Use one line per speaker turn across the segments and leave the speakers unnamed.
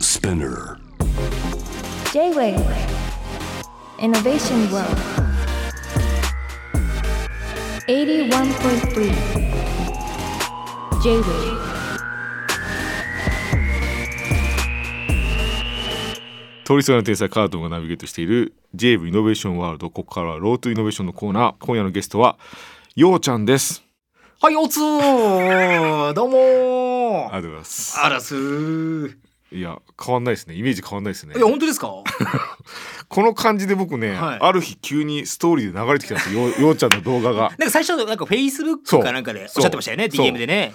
Spinner.
J-Wave Innovation World 81.3 J-Wave
通りすがりの天才カードンがナビゲートしている j v イノベーションワールドここからはロートゥイノベーションのコーナー今夜のゲストはようちゃんです
はい、おつーどうも
ありが
ー
とうございます
あらすーい
いや変わんないですねイメージ変わんないですね
や、本当で すか
この感じで僕ね、
はい
ある日急にストーリーで流れてきたんですよ ようようちゃんの動画が
なんか最初、なんかフェイスブッ
そう
クかなんかでおっしゃってましたよね、
そう
DM でね。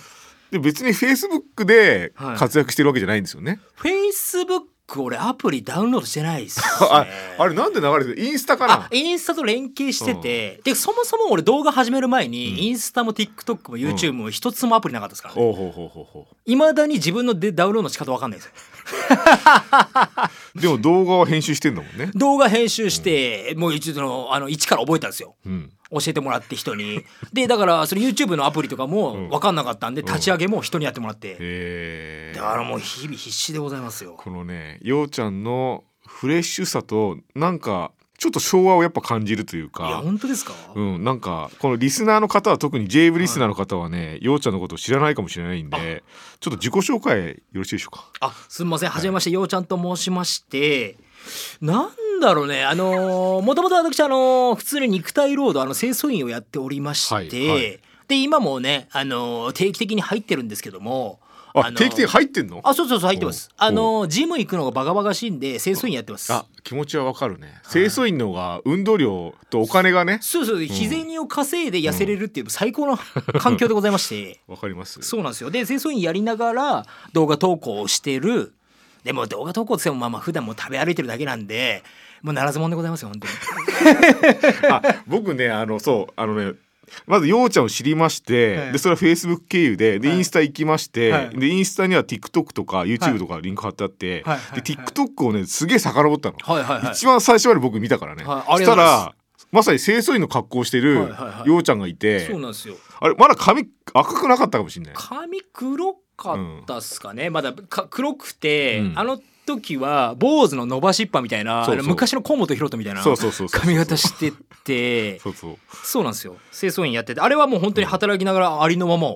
で別にフェイスブックで
はい
活躍してるわけじゃないんですよね、
フェイスブック、俺アプリダウンロードしてないっすね
ああれなんで流れてるインスタか
あ
な
インスタと連携してて、でそもそも俺動画始める前に、インスタも TikTok も YouTube も一つもアプリなかったですからね
ほうほうほうほうほ
いま、未だに自分のでダウンロードの仕方わかんないですよ
うでも動画は編集してんだもんね
動画編集して、もう一度のあの一から覚えたんですよ
うん
教えてもらって人にでだからそれ YouTube のアプリとか
うん
も分かんなかったんで、立ち上げも人にやってもらって、
えー
だからもう日々必死でございますよ
このねようちゃんのフレッシュさとなんかちょっと昭和をやっぱ感じるという
いや
か。
本当ですか、
うん、なんかこのリスナーの方は特に j v リスナーの方はね、ようちゃんのことを知らないかもしれないんでちょっと自己紹介よろしいでしょうか
あすみませんはじめまして、ようちゃんと申しましてなんだろうねあのもともと私あのー普通に肉体労働あの清掃員をやっておりまして、
はいはい
で今もねあのー定期的に入ってるんですけども
あ、
のー
定期的に入ってんの
あそうそうそう入ってます
おう
あのージム行くのがバカバカしいんで清掃員やってます
あ気持ちはわかるね、清掃員の方が運動量とお金がね
そうそう日銭を稼いで痩せれるっていう最高の環境でございま して
わかります
そうなんですよで清掃員やりながら動画投稿をしてるでも動画投稿って言ってもまあまあ普段もう食べ歩いてるだけなんでもうならずもんでございますよ本当 に
あ僕ねあのそうあのねまずようちゃんを知りまして、
はい
でそれはフェイスブック経由でで、
はい
インスタ行きまして、
はい
でインスタには TikTok とか
は
YouTube
い
とかリンク貼ってあって、
はいはい
で
はい
TikTok をねすげえ遡ったの、
はい はいはい
一番最初まで僕見たからね、
はいあ
し
り
た
がとうございます
らまさに清掃員の格好をして
は
る
いはいはい
ようちゃんがいて、
そうなんですよ
あれまだ髪赤くなかったかもしれない
髪黒かったっすかね、まだか黒くて、
うん
あの時は坊主の伸ばしっぱみたいな
そうそう
あの昔の河本ロ人みたいな
そうそうそうそう
髪型して て
そうそう
そうなんですよ清掃員やっててあれはもう本当に働きながらありのまま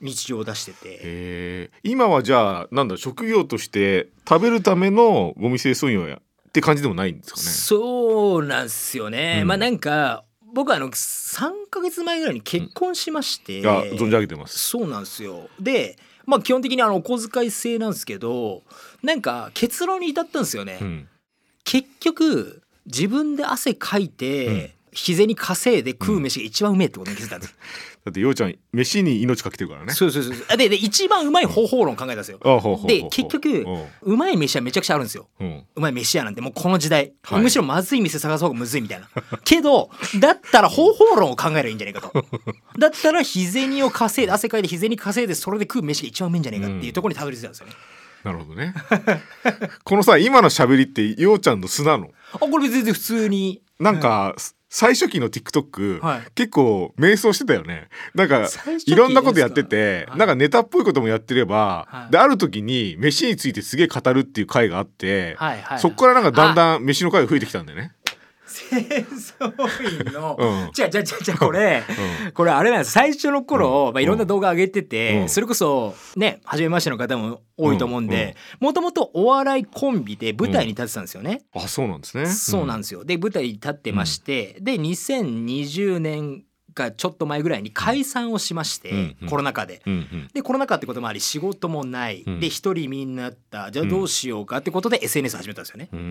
日常を出してて、
へえ今はじゃあなんだ職業として食べるためのゴミ清掃員をやって感じでもないんですかね
そうなんすよね、
うん
まあなんか僕はあの3ヶ月前ぐらいに結婚しまして、
あ存じ上げてます
そうなんですよでまあ基本的にあのお小遣い制なんですけどなんか結論に至ったんですよね、
うん
結局自分で汗かいて、
うん
日銭稼いで食う飯が一番うめえってことに気づいたんです、
だってようちゃん飯に命かけてるからね。
そうそうそうそうあでで一番うまい方法論考えたんですよ、
あほうほうほうほう
で結局うまい飯はめちゃくちゃあるんですよ
うんうん
うまい飯屋なんてもうこの時代、
はい
むしろまずい店探す方がむずいみたいなけどだったら方法論を考えればいいんじゃないか とだったら日銭を稼いで汗かいて日銭稼いでそれで食う飯が一番うめえんじゃないかっていうところにたどり着いたんですよね、
なるほどね。 このさ今の喋りってようちゃんの素なの。
あこれ全然普通に
なんか、最初期の TikTok、
はい
結構迷走してたよねなんか
最初期
いろんなことやってて、
ですかはい
なんかネタっぽいこともやってれば、
はい
である時に飯についてすげえ語るっていう回があって、
はいはいはい
そっ からなんかだんだん飯の回が増えてきたんだよね。
清掃員の
うん
じゃあじゃあじゃあじゃあこれ、これあれなんです最初の頃、
うん
まあ、いろんな動画上げてて、
うん
それこそね初めましての方も多いと思うんでもともとお笑いコンビで舞台に立ってたんですよね、
あそうなんですね。
そうなん
で
ですよ。で舞台に立ってまして、で2020年かちょっと前ぐらいに解散をしまして、
うんうん
コロナ禍で。
す。うん
でコロナ禍ってこともあり仕事もない、
うん
で一人身になったじゃあどうしようかってことで SNS 始めたんですよね。
うんうー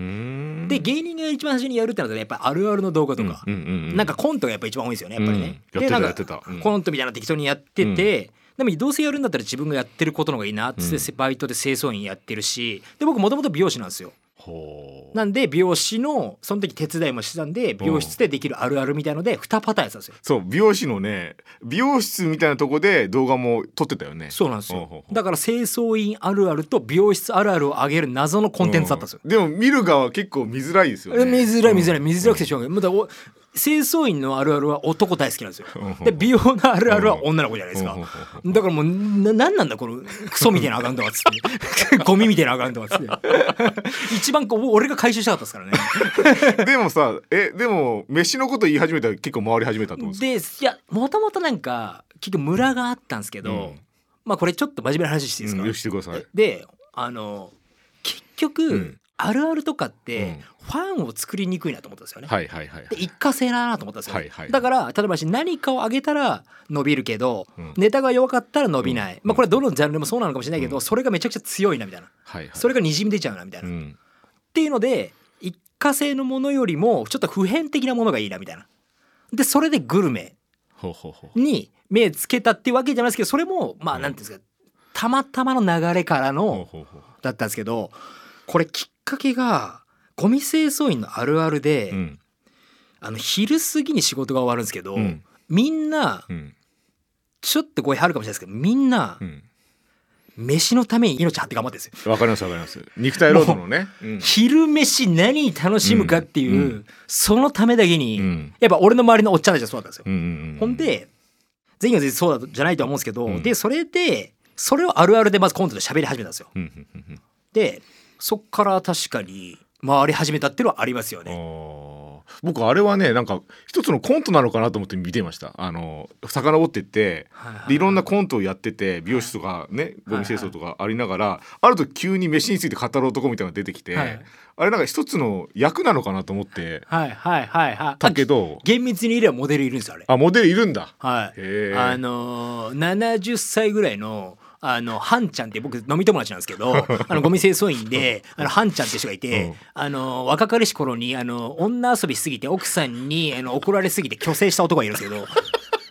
ん
で芸人が一番最初にやるってなったらやっぱあるあるの動画とか、
うんうんうんうん
なんかコントがやっぱ一番多いんですよねやっぱりね。
うん
で
やってた
なんか
やってたうん
コントみたいなの適当にやってて、でもどうせやるんだったら自分がやってることの方がいいなっつって、
う
バイトで清掃員やってるしで僕もともと美容師なんですよ。
ほう
なんで美容師のその時手伝いもしてたんで美容室でできるあるあるみたいので2パターンやってたんですよ。
そう美容師のね美容室みたいなとこで動画も撮ってたよね
そうなんです
ほうほう
よ
ほう
だから清掃員あるあると美容室あるあるを上げる謎のコンテンツだったんですよ。
うんでも見る側は結構見づらいですよ
え
ね
見づらい見づらい
うん
見づらくてしょうがない。まだお清掃員のあるあるは男大好きなんですよ。で美容のあるあるは女の子じゃないですか。だからもうななんなんだこのクソみたいなアカウントはっ つってゴミみたいなアカウントはっつって一番こう俺が回収したかったですからね。
でもさえでも飯のこと言い始めたら結構回り始めたと思うんですよ
でいやもともとなんか結局村があったんですけど、
うん
まあこれちょっと真面目な話していいですか、
うんよしてください
であの結局、
ん
あるあるとかって、
うん
ファンを作りにくいなと思ったんですよね。
はいはいはい
で一過性だなと思ったんですよ、
はいはい
だから例えばし何かを上げたら伸びるけど、
うん
ネタが弱かったら伸びない、
うん
まあこれはどのジャンルでもそうなのかもしれないけど、
うん
それがめちゃくちゃ強いなみたいな
はいはい
それがにじみ出ちゃうなみたいな、
う
っ
ん
ていうので一過性のものよりもちょっと普遍的なものがいいなみたいなでそれでグルメ
ほうほうほう
に目つけたってわけじゃないですけどそれもまあ
うん
なんていうんですかたまたまの流れから
ほう
の
ほうほう
だったんですけどこれきっかけがゴミ清掃員のあるあるで、
うん
あの昼過ぎに仕事が終わるんですけど、
うん
みんな
うん
ちょっと声あるかもしれないですけどみんな
うん
飯のために命張って頑張ってるんですよ。
わかりますわかります肉体労働のねうん
昼飯何楽しむかっていう、
うんうん
そのためだけに、
うん
やっぱ俺の周りのおっちゃんたちはそうだったんですよ。
うんうんうん
ほんで全員が全員そうだとじゃないとは思うんですけど、
うん
でそれでそれをあるあるでまずコントで喋り始めたんですよ。
うんうんうんうん
でそっから確かに回り始めたっていうのはありますよ
あ
ね。
ー僕あれはねなんか一つのコントなのかなと思って見てましたあの遡ってって
はいは
でいろんなコントをやってて美容室とかねゴミ清掃とかありながらあると急に飯について語る男みたいなのが出てきて
はい
あれなんか一つの役なのかなと思って
はいはいはいはい。
たけど
あ厳密に言えばモデルいるんですよあれ。
あモデルいるんだ
はい。
へえ
あのー、70歳ぐらいのあのハンちゃんって僕飲み友達なんです けどあのゴミ清掃員であのハンちゃんって人がいて、
うん
あの若かりし頃にあの女遊びしすぎて奥さんにあの怒られすぎて虚勢した男がいるんですけ ど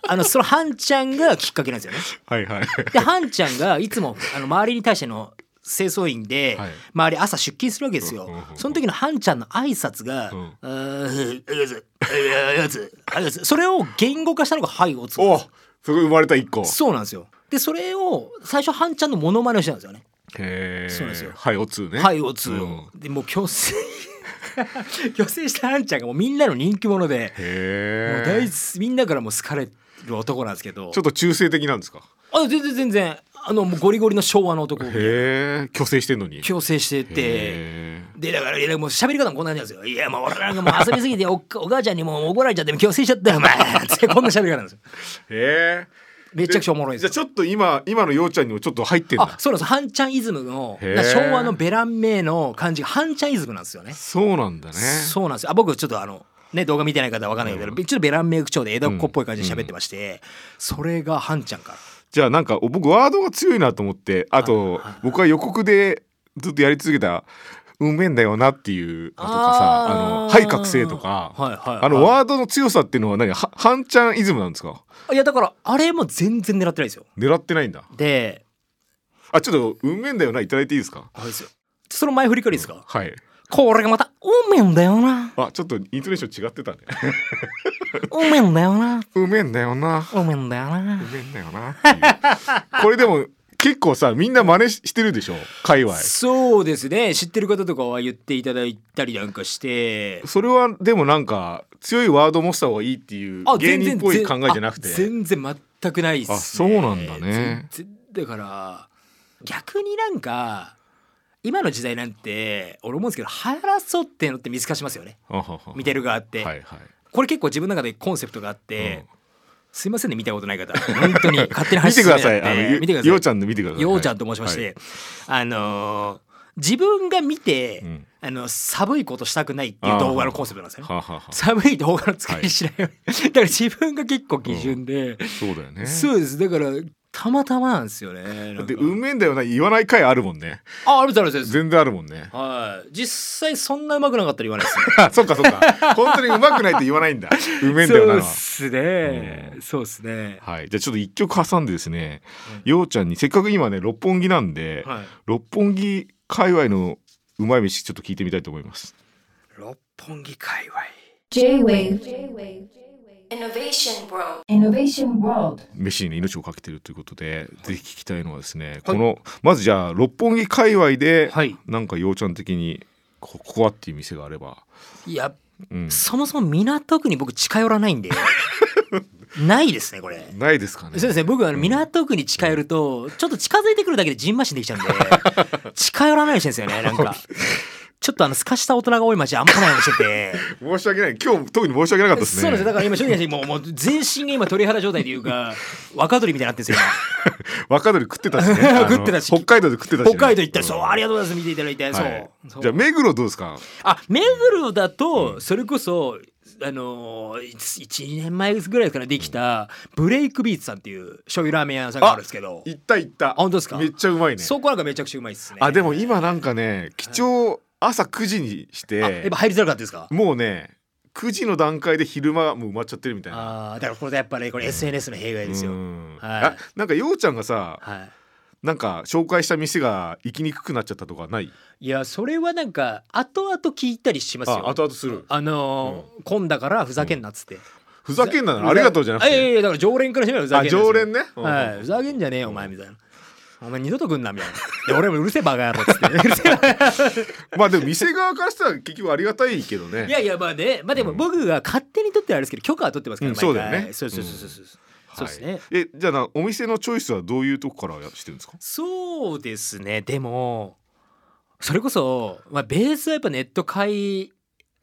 あのそのハンちゃんがきっかけなんですよね。
はいはい
でハンちゃんがいつもあの周りに対しての清掃員で、
はい
周り朝出勤するわけですよ
うんうんう。ん
その時のハンちゃんの挨拶が
うん
「あーあやつあやつあやつ」それを言語化したのが「はい」をつ
おそこ生まれた一個
そうなんですよ。でそれを最初ハンちゃんのモノマネをしてたんですよね。
へえ
そうなんですよ
はいおつね
はいおつ
うん
を。でもう虚 勢虚勢したハンちゃんがもうみんなの人気者で、もう
へ
大
え
好きみんなからも好かれる男なんですけど
ちょっと中性的なんですか
あ全然全然あのもうゴリゴリの昭和の男
へえ虚勢してんのに
強制してて。
へー
でだからいやもう喋り方もこんな感じなんですよ。いやもう俺なんかもう遊びすぎておっお母ちゃんにもう怒られちゃって強制しちゃったよお前 ってこんな喋り方なんですよ。
へえ
めちゃくちゃおもろいん
じゃ
で
あ
す
ち
よ。
ょっと今今のようちゃんにもちょっと入ってん
あ
だ
そうなんですハンちゃんイズムの
へー
だから昭和のベラン名の感じがハンちゃんイズムなんですよね。
そうなんだね
そうなんですよあ僕ちょっとあのね動画見てない方は分かんないけど、ちょっとベラン名口調で江戸っ子っぽい感じで喋ってまして、それがハンちゃんから。
じゃあなんか僕ワードが強いなと思ってあと僕は予告でずっとやり続けた「運面だよな」っていうのとかさ「あのはい覚醒」とか、
はいはいはい
あのワードの強さっていうのは何はハンちゃんイズムなんですか
いやだからあれも全然狙ってないですよ。
狙ってないんだ
で
あちょっと「運面だよな」いただいていいですか
あれですよその前振りからいいですか、
はい
これがまた運命だよな
あちょっとイントネーション違ってたね
運命だよな
「運面だよな」
運命だよ
「
な
運面だよな」っていうこれでも結構さみんな真似してるでしょ界隈
そうですね知ってる方とかは言っていただいたりなんかして
それはでもなんか強いワード持った方がいいっていう芸人っぽい考えじゃなくて
あ全然全くないっす、ね、
あそうなんだね
全然だから逆になんか今の時代なんて俺思うんですけど流行らそうっていうのって見透かしますよね
あはは
見てるがあって、
はいはい
これ結構自分の中でコンセプトがあって、
うん
すいませんね見たことない方本 当に勝手
見
に話
て
し
く
て
ださい。あの、
見てください
ようちゃんの見てください。
ようちゃんと申しまして、
はい
あのー自分が見て、
うん
あの寒いことしたくないっていう動画のコンセプトなんですよね。
はあはあはあ
寒い動画の作りしないように、だから自分が結構基準で、
そうだよね。
そうですだからたまたまなんですよね。なんか
で、運命だよな、言わない回あるもんね。
ああるとあるです。
全然あるもんね。
はい、実際そんなうまくなかったら言わないですね。
あ、そっかそっか。本当にうまくないと言わないんだ。運命だよなは
そうっ。すね。そうっすね。
はい、じゃあちょっと一曲挟んでですね、ようちゃんにせっかく今ね六本木なんで、
はい
六本木界隈のうまい飯ちょっと聞いてみたいと思います。
六本木界隈。
J-Wave
Innovation World.
Innovation World
飯にね命をかけてるということで、ぜひ聞きたいのはですね、このまずじゃあ六本木界隈で、
はい
なんかようちゃん的にこここはっていう店があれば、
やっ
うん
そもそも港区に僕近寄らないんでないですねこれ。
ないですかね
そうですね僕はあの港区に近寄るとちょっと近づいてくるだけでじんましんでき ちゃうんで近寄らないようにしてるんですよねなんかちょっとあのすかした大人が多い街あんま来ないようにしてて。
申し訳ない今日特に申し訳なかったですね
そうなんですよだから今正直な話もうもう全身が今鳥肌状態という か若鳥みたいになってるんですよ今
若鳥食ってたし ねあの
食ってたし
北海道で食ってたしね、
北海道行ったら、そう、あり
が
がとうございます、見ていただいて、そう。
じゃあ
そう
目黒どうですか
あ、目黒だと、それこそ、あのー、1、2年前ぐらいからできた、ブレイクビーツさんっていう醤油ラーメン屋さんがあるんですけど、
行った行った
本当ですか
めっちゃうまいね
そこなんかめちゃくちゃうまいっすね。
あで
も、
も今なんかね貴重朝9時にし
やってぱ入りづらかったですか
もうね9時の段階で昼間もう埋まっちゃってるみたいな
ああ、だからこれやっぱり、これ SNS の弊害ですよ
う。ん
はい
あなんかようちゃんがさ
はい。
なんか紹介した店が行きにくくなっちゃったとかない
いや、それはなんか、後々聞いたりしますよ。
あ後々する
あのー、混んだからふざけんなっつって。
ふざけんなのありがとうじゃなく
いやい
て
やいやだから常連からしてみればふざけ
あ
んなっつって
常連ねうん
はい、ふざけんじゃねえよお前みたいな。お前二度と来んなみたいな。で俺もうるせえバカ野郎っ つって。うるせえバカ野郎
まあでも店側からしたら結局ありがたいけどね
いやいやまあね、まあでも僕が勝手に取ってあれですけど許可は取ってますから。
うん
毎回
そうだよね
そうそうそうそうそう。そうです
は
ね
い。えじゃあなお店のチョイスはどういうとこからやしてるんですか
そうですね。でもそれこそまあベースはやっぱネット会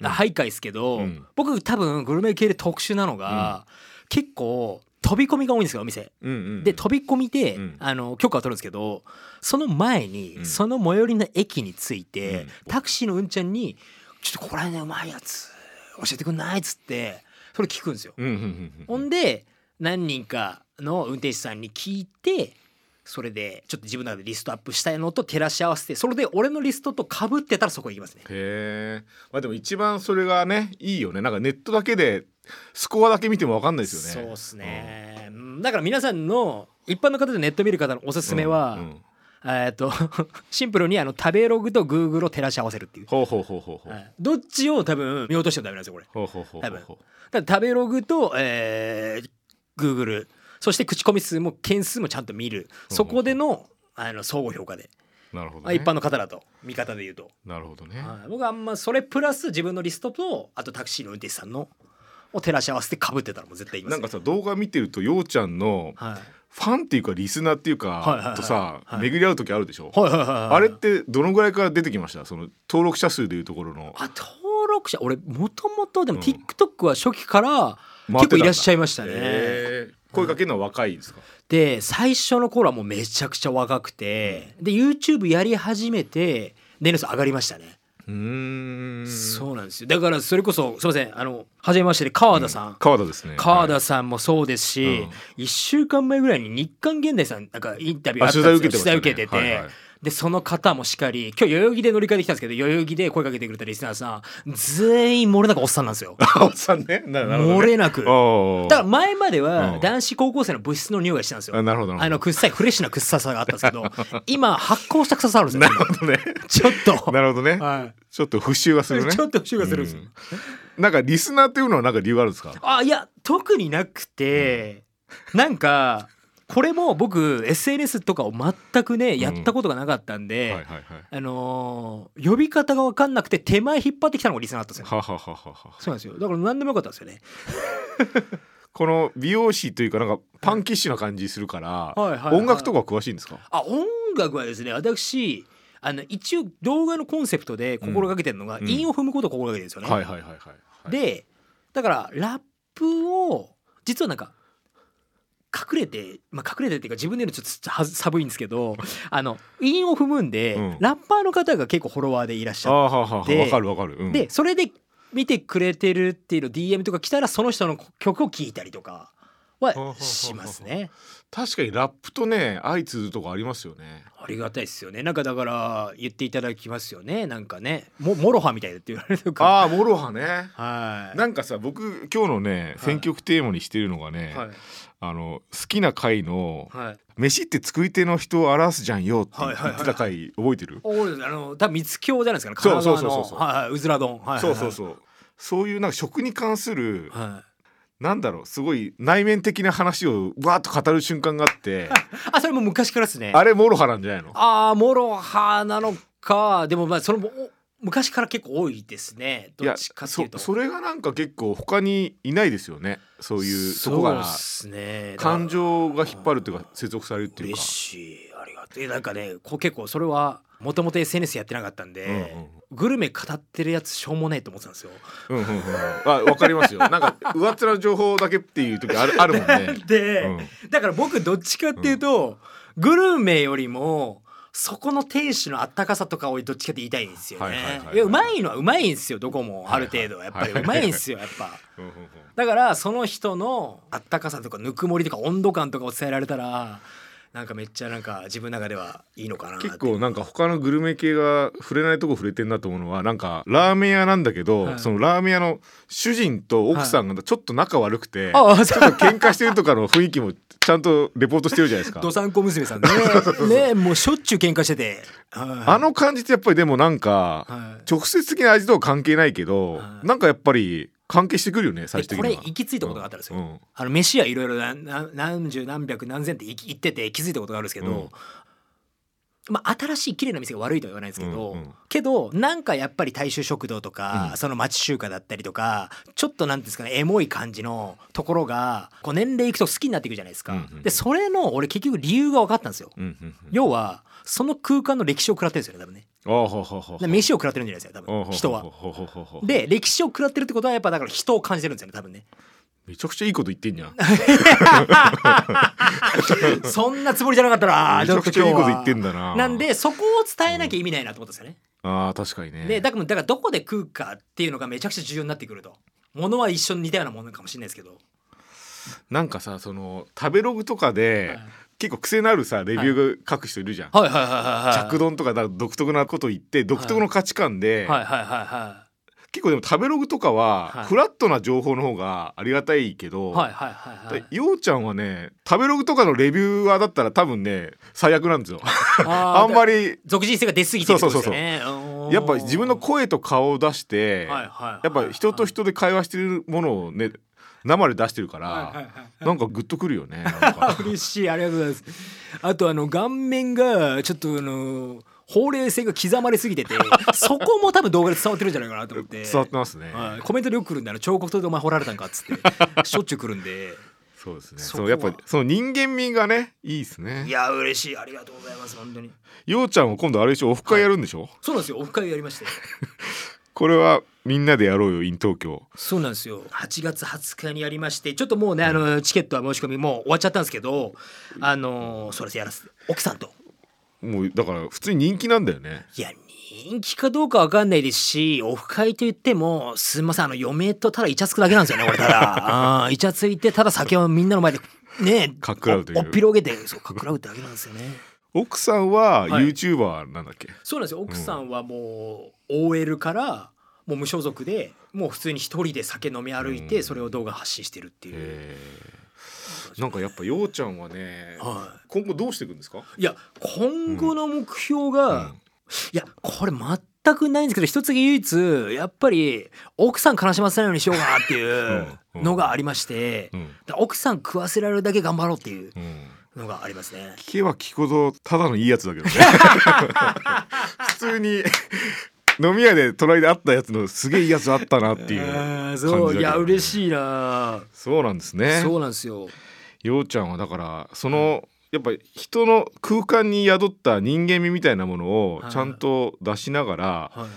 うん
徘徊ですけど、
うん
僕多分グルメ系で特殊なのが、結構飛び込みが多いんですよお店。
うんうん
で飛び込みで、
うん
あの許可を取るんですけどその前に、
うん
その最寄りの駅に着いて、
うん
タクシーのうんちゃんに「ちょっとここら辺でうまいやつ教えてくんない?」っつってそれ聞くんですよ。
うんうんうんう
ほ
ん
んで何人かの運転手さんに聞いてそれでちょっと自分の中でリストアップしたいのと照らし合わせてそれで俺のリストと被ってたらそこ行きますね。
へえまあでも一番それがねいいよねなんかネットだけでスコアだけ見てもわかんないですよね
そうですね、うんだから皆さんの一般の方でネット見る方のおすすめは、
うんうん
えーっと シンプルにあの食べログとグーグルを照らし合わせるっていう、
ほうほうほうほうほう
はいどっちを多分見落としてもダメなんですよこれ
ほうほうほうほ
多
う
分
ほう
だから食べログと、えー、グーグルそして口コミ数も件数もちゃんと見るそこでのあの相互評価で、
なるほど
まあ
ね
一般の方だと見方で言うと、
なるほどね
はい僕はあんまそれプラス自分のリストとあとタクシーの運転手さんのを照らし合わせてかぶってたらもう絶対いま
な
す
ん
ね、
かさ動画見てるとようちゃんの
はい
ファンっていうかリスナーっていう
はいはいは
か
い
とさ
はい
巡り合う時あるでしょ
はいはいはいはい
あれってどのぐらいから出てきましたその登録者数でいうところの
あ登録者俺もともとでも
うん
TikTok は初期から
回ってたんだ
結構いらっしゃいましたね
へえ声かけるのは若いですか
で最初の頃はもうめちゃくちゃ若くてで YouTube やり始めて年齢層上がりましたね
うーん
そうなんですよだからそれこそすいませんあの初めましてで川田さん、
川田ですね
川田
はい
さんもそうです
う
し、
ん
一1週間前ぐらいに日刊現代さんなんかインタビューあ
あ
ったん
取
です
材
よ
受けてましたね
取材受けてて、
はいはい
でその方もしっかり今日代々木で乗り換えてきたんですけど代々木で声かけてくれたリスナーさん全員漏れなくおっさんなんですよ
川田さんねななるほどね
漏れなく
おー
だから前まで
う
は
ん
男子高校生の部室の匂いがしてたんですよ
あなるほどな
あ
る
の
ほ
臭いフレッシュな臭さがあったんですけど今発酵した臭さあるんですよ
どね
ちょっと
なるほどね
は
ちょっと復習がする
い
ね
ちょっと臭がするんですよ、
うんなんかリスナーっていうのはなんか理由があるんですか
あいや特になくて、なんかこれも僕 SNS とかを全くねやったことがなかったんで、
はいはいはい
あのー呼び方が分かんなくて手前引っ張ってきたのがリスナーだったんですよ。
ははははは
そうなんですよだから何でもよかったんですよね。
この美容師というかなんかパンキッシュな感じするから
はいはいはい
音楽とか詳しいんですか
あ音楽はですね私あの一応動画のコンセプトで心がけてるのが、
うん
韻を踏むことを心がけてるんですよね。
はいはいはいはい
でだからラップを実はなんか隠れて、まあ、隠れてっていうか自分で言うのちょっとはず寒いんですけ どあの韻を踏むんで、
うん
ラッパーの方が結構フォロワーでいらっし
あー
ゃっ
ははは
で
わかるわかる、うん
てでそれで見てくれてるっていうの DM とか来たらその人の曲を聴いたりとかはしますね。
確かにラップとね相通ずるとこありますよね
ありがたいですよねなんかだから言っていただきますよねなんかねもモロハみたいだって言われるとか。
ああモロハね
はい
なんかさ僕今日のね選曲テーマにしてるのがね、
はい
あの好きな回の
はい
「飯って作り手の人を表すじゃんよ」って言ってた回覚えてる、
お俺ですあの多分三つ京じゃないですかね神
そう
奈
そうそうそうそう
川のはいはいうずら丼はいはい
そうそうそうそういうなんか食に関する
はい
なんだろうすごい内面的な話をわーっと語る瞬間があって
あそれも昔からですね
あれモロハなんじゃないの
ああもろはなのかでもまあそのお昔から結構多いですね
い
どっ
や
ちかってい
そう
と
それがなんか結構他にいないですよねそういうそこ
そう
が
ですね
感情が引っ張るというか接続されるっていう
嬉
か
しいありがとうなんかねこう結構それはもともと SNS やってなかったんで、
うんうん
グルメ語ってるやつしょうもないと思ってたんですよ。
うんうんうんあわかりますよなんか上っ面の情報だけっていう時あるある もんね
で、
う
だから僕どっちかっていうと、グルメよりもそこの店主のあったかさとかをどっちかって言いたいんですよ
はいはいはい
ね
は。い
いやうまいのはうまいんですよどこもある程度
は
や
い
っ
は
ぱ
い
りうまいんですよやっぱ。
うんうんうん
だからその人のあったかさとかぬくもりとか温度感とかを伝えられたらなんかめっちゃなんか自分の中ではいいのかなって
結構なんか他のグルメ系が触れないとこ触れてんなと思うのはなんかラーメン屋なんだけど、
はい
そのラーメン屋の主人と奥さんがちょっと仲悪くて、
ああそう
喧嘩してるとかの雰囲気もちゃんとレポートしてるじゃないですか
どさんこ娘 さんねねもうしょっちゅう喧嘩してて、はい
あの感じってやっぱりでもなんか、
はい
直接的な味とは関係ないけど、
はい
なんかやっぱり関係してくるよね最
で
終的
こ
に
れ
は
行き着いたことがあったんですよ、
うんうん
あの飯はいろいろなな何十何百何千って行き行ってて気づいたことがあるんですけど、
うん
まあ、新しい綺麗な店が悪いとは言わないですけど、
うんうん
けどなんかやっぱり大衆食堂とか、その町中華だったりとかちょっとなんていうんですかねエモい感じのところがこう年齢いくと好きになっていくじゃないですか。
うんうん
でそれの俺結局理由が分かったんですよ。
うんうんうん
要はその空間の歴史を食らってるんですよね多分ね。
ああほうほうほう
で飯を食らってるんじゃないですか多
ほうほうほ
分
う
人は
ほ。うほうほうほう
で歴史を食らってるってことはやっぱだから人を感じてるんですよね多分ね。
めちゃくちゃいいこと言ってんじゃん
そんなつもりじゃなかったな。
めちゃくちゃいいこと言ってん
だ。
だな
なんでそこを伝えなきゃ意味ないなと思ったんですよね。
ああ確かにね
でだからだからどこで食うかっていうのがめちゃくちゃ重要になってくると。ものは一緒に似たようなものかもしれないですけど。
なんかさその食べログとかで、
はい
結構癖のあるさレビューが書く人いるじゃん、
はいはいはいはい。
着丼とかだ独特なこと言って独特の価値観で、
はいはいはいは
結構でも食べログとかは、
はい
フラットな情報の方がありがたいけど、
い。はいはいはいはい
で。ようちゃんはね食べログとかのレビューアーだったら多分ね最悪なんですよあんま
り。
り
俗人性が出過ぎてるってことですよね。うん
やっぱ自分の声と顔を出して、
はいはいはい
やっぱ人と人で会話してるものをね生で出してるから、
はいはいはい
なんかグッとくるよねなんか
嬉し いありがとうございますあとあの顔面がちょっとあのほうれい線が刻まれすぎててそこも多分動画で伝わってるんじゃないかなと思って
伝わってますね、
はい、コメントでよく来るんだな彫刻刀でお前掘られたんかっつって しょっちゅう来るんで
そうですね。
そ
そ
こ
の
は
やっぱその人間味がねいいです
い
ね。
や嬉しいありがとうございます本当に
ようちゃんは今度あれでしょオフ会やるんでしょ、
そうなんですよオフ会をやりまして
これはみんなでやろうよ in 東京。
そうなんですよ8月20日にやりましてちょっともうねあのチケットは申し込みもう終わっちゃったんですけどあのそうですやらせて奥さんと
もうだから普通に人気なんだよね。
いや人気かどうかわかんないですしオフ会と言ってもすみませんあの嫁とただイチャつくだけなんですよねこれただ あーイチャついてただ酒をみんなの前でね
かっくらうという
おっぴろげてそうかっくらうってだけなんですよね
奥さんは
はい
YouTuber なんだっけ、
そうなんですよ奥さんはもう OL からもう無所属でもう普通に一人で酒飲み歩いてそれを動画発信してるっていう、
えーなんかやっぱようちゃんはね、
は
今後どうしていくんですか
い、いや今後の目標
う
が、
ん
いやこれ全くないんですけど一つ唯一やっぱり奥さん悲しませないようにしようかなってい う
うんうん
のがありまして、
うん
だから奥さん食わせられるだけ頑張ろうっていう
うん
のがありますね。
聞けば聞くほどただのいいやつだけど ね普通に飲み屋で隣で会ったやつのすげえいいやつあったなっていう
あ
感
ー
じだけど
そう
ね
いや嬉しいな、
そうなんですね
そうなんですよ。
ようちゃんはだからその、やっぱり人の空間に宿った人間味みたいなものを
はい
ちゃんと出しながら、
はいはいは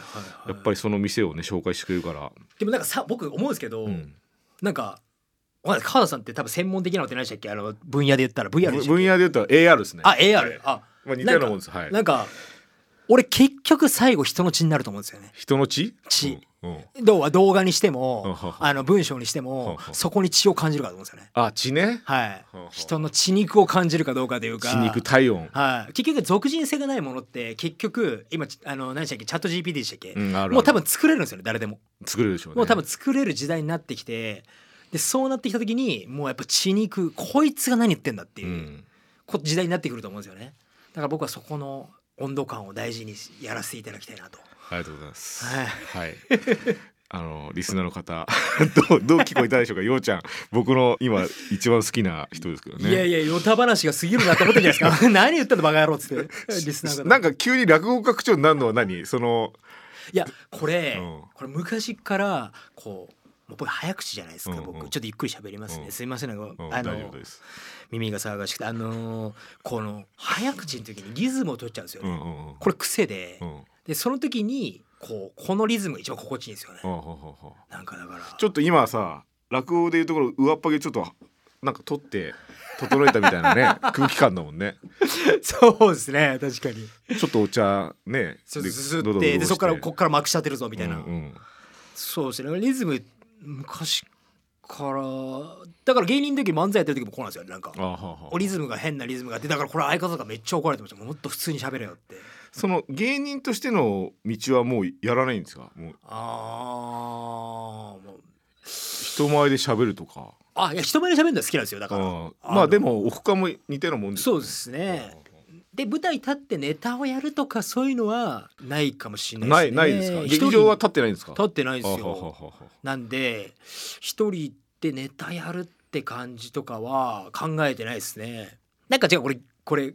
い、
やっぱりその店をね紹介してくれるから、
でもなんかさ僕思うんですけど、
うん
なんかわかんない川田さんって多分専門的なのって何でしたっけあの分野で言ったら VR でしたっ
分
け
野で言ったら AR ですね
あ AR あ
まあ、似たようなもんですはい
なんか俺結局最後人の血になると思うんですよね。
人の血
血
うんうん
どうは動画にして
うん
も
はは
あの文章にして
は
も
は
そこに血を感じるかと思うんですよね。
あ血ね
はい
はは、
人の血肉を感じるかどうかという か
血肉体温
はい、結局俗人性がないものって結局今ちあの何でしたっけチャット GPT でしたっけ、
うんあるある
もう多分作れるんですよね誰でも。
作れるでしょうね
もう多分作れる時代になってきてでそうなってきた時にもうやっぱ血肉こいつが何言ってんだっていううんこ時代になってくると思うんですよね。だから僕はそこの温度感を大事にやらせていただきたいなと。
ありがとうございます
はい
はい あのリスナーの方 どうどう聞こえたでしょうかようちゃん僕の今一番好きな人ですけどね
いやいや、ヨタ話が過ぎるなって思ってんじゃない ですか。何言ったのバカ野郎っつって。リスナーが。
なんか急に落語家口調になるのは何その
いやこれ、
うん
これ昔からこうもうこれ早口じゃないです
う
か、
んうん
僕ちょっとゆっくり喋りますね、
うん
すいませんなんか、
うん
あ
大
の
丈夫です。
耳が騒がしくてあのーこの早口の時にリズムを取っちゃうんですよ
う
ね、
んうんうん。
これ癖で、
うん。ほ
でその時にこうこのリズムが一番心地いいんですよね、
うほうほうほう
なんかだから
ちょっと今さ落語でいうところ上っぱげちょっとなんか取って整えたみたいなね 空気感だもんね。
そうですね確かに
ちょっとお茶ね。
そう
で
ずっ
ドドド
て
ドして
でそこからこっからまくし立てるぞみたいな、
うんうん
そうですねリズム昔からだから芸人の時漫才やってる時もこうなんですよなんか
あはは
リズムが変なリズムがあってだからこれ相方がめっちゃ怒られてましたもっと普通に喋れよって
その芸人としての道はもうやらないんですか。もう
あーもう
人前で喋るとか。
あいや人前で喋るのは好きなんですよだから
あ
あの
まあでもオフ会も似たようなもんです
そうですねで舞台立ってネタをやるとかそういうのはないかもしれな
ない
です
い
ね
ないですか。
一人
劇場は立ってないんですか。
立ってないです
あはは
よ
はは
なんで一人でネタやるって感じとかは考えてないですねなんか違うこれこれ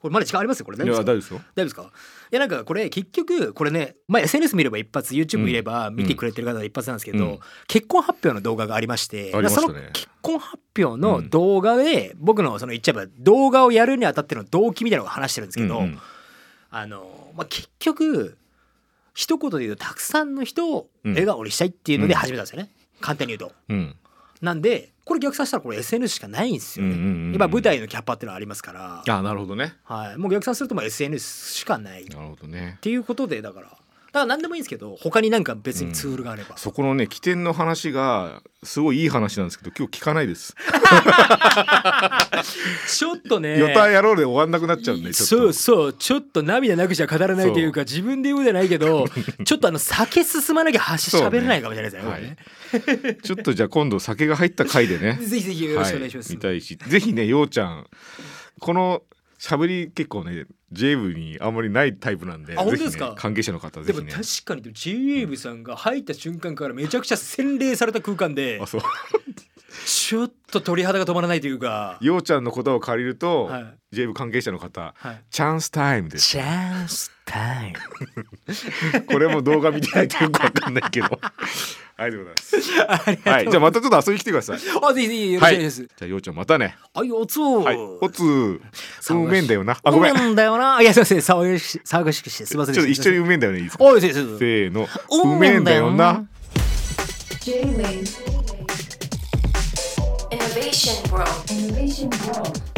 これまだ時間ありますよこれ
い
大
や
丈夫
大
ですか
丈夫ですよ。
大丈夫ですかいやなんかこれ結局これね、まあ、SNS 見れば一発 YouTube
うん
見れば見てくれてる方は一発なんですけど、
うん
結婚発表の動画がありまして
ありましたね
その結婚発表の動画で、僕のその言っちゃえば動画をやるにあたっての動機みたいなのを話してるんですけど、
うんうん
あのまあ、結局一言で言うとたくさんの人を笑顔にしたいっていうので始めたんですよね、簡単に言うと。
うん
なんでこれ逆算したらこれ SNS しかないんですよね、
うんうんうんうん
今舞台のキャパっていうのはありますから、
あなるほどね。
はい、もう逆算するともう SNS しかない
なるほどね
っ。ていうことでだからだから何でもいいんですけど他になんか別にツールがあれば、
そこのね起点の話がすごいいい話なんですけど今日聞かないです。
ちょっとね
予たやろうで終わんなくなっちゃうんでちょっと。
そうそうちょっと涙なくじゃ語らないというか自分で言うじゃないけどちょっとあの酒進まなきゃはし
そうね
ゃべれないかもしれないですねこれね、。
ちょっとじゃあ今度酒が入った回でね
ぜひぜひよろしくお願いします、
はい、見たいしぜひねようちゃんこの喋り結構ね J 部にあんまりないタイプなんで
あ本当です
ぜ
か
ひね、関係者の方
で
ぜ
も
ひ
確
ね。
かにでも JWAVE さんが入った瞬間からめちゃくちゃ洗礼された空間で
あそう
ちょっと鳥肌が止まらないというか、
ようちゃんの言葉を借りると、
は
J 部関係者の方
はい、
チャンスタイムです。
チャンスタイム
これも動画見てないとよくわかんないけ ど。ありがとうございます。
あり
は
が
い、
と
じゃあ
う
またちょっと遊びに来てください。
あぜひぜひよろしくお願いします、
じゃあようちゃんまたね。
あいおつお、
はい。おつう
う
めんだよな。あ
ご
ご
め
め
ん
ん。ちょ
だよな。いや、すいません、騒がし騒がしくして、すいません
っ
で
と
した。
一緒にうめんだよねいいですか。
おい、そうですそうです。
せーの。
う
う
め
め
ん
ん
だ
だ
よ
よ
な
な。
J-Wave
Innovation World.
Innovation World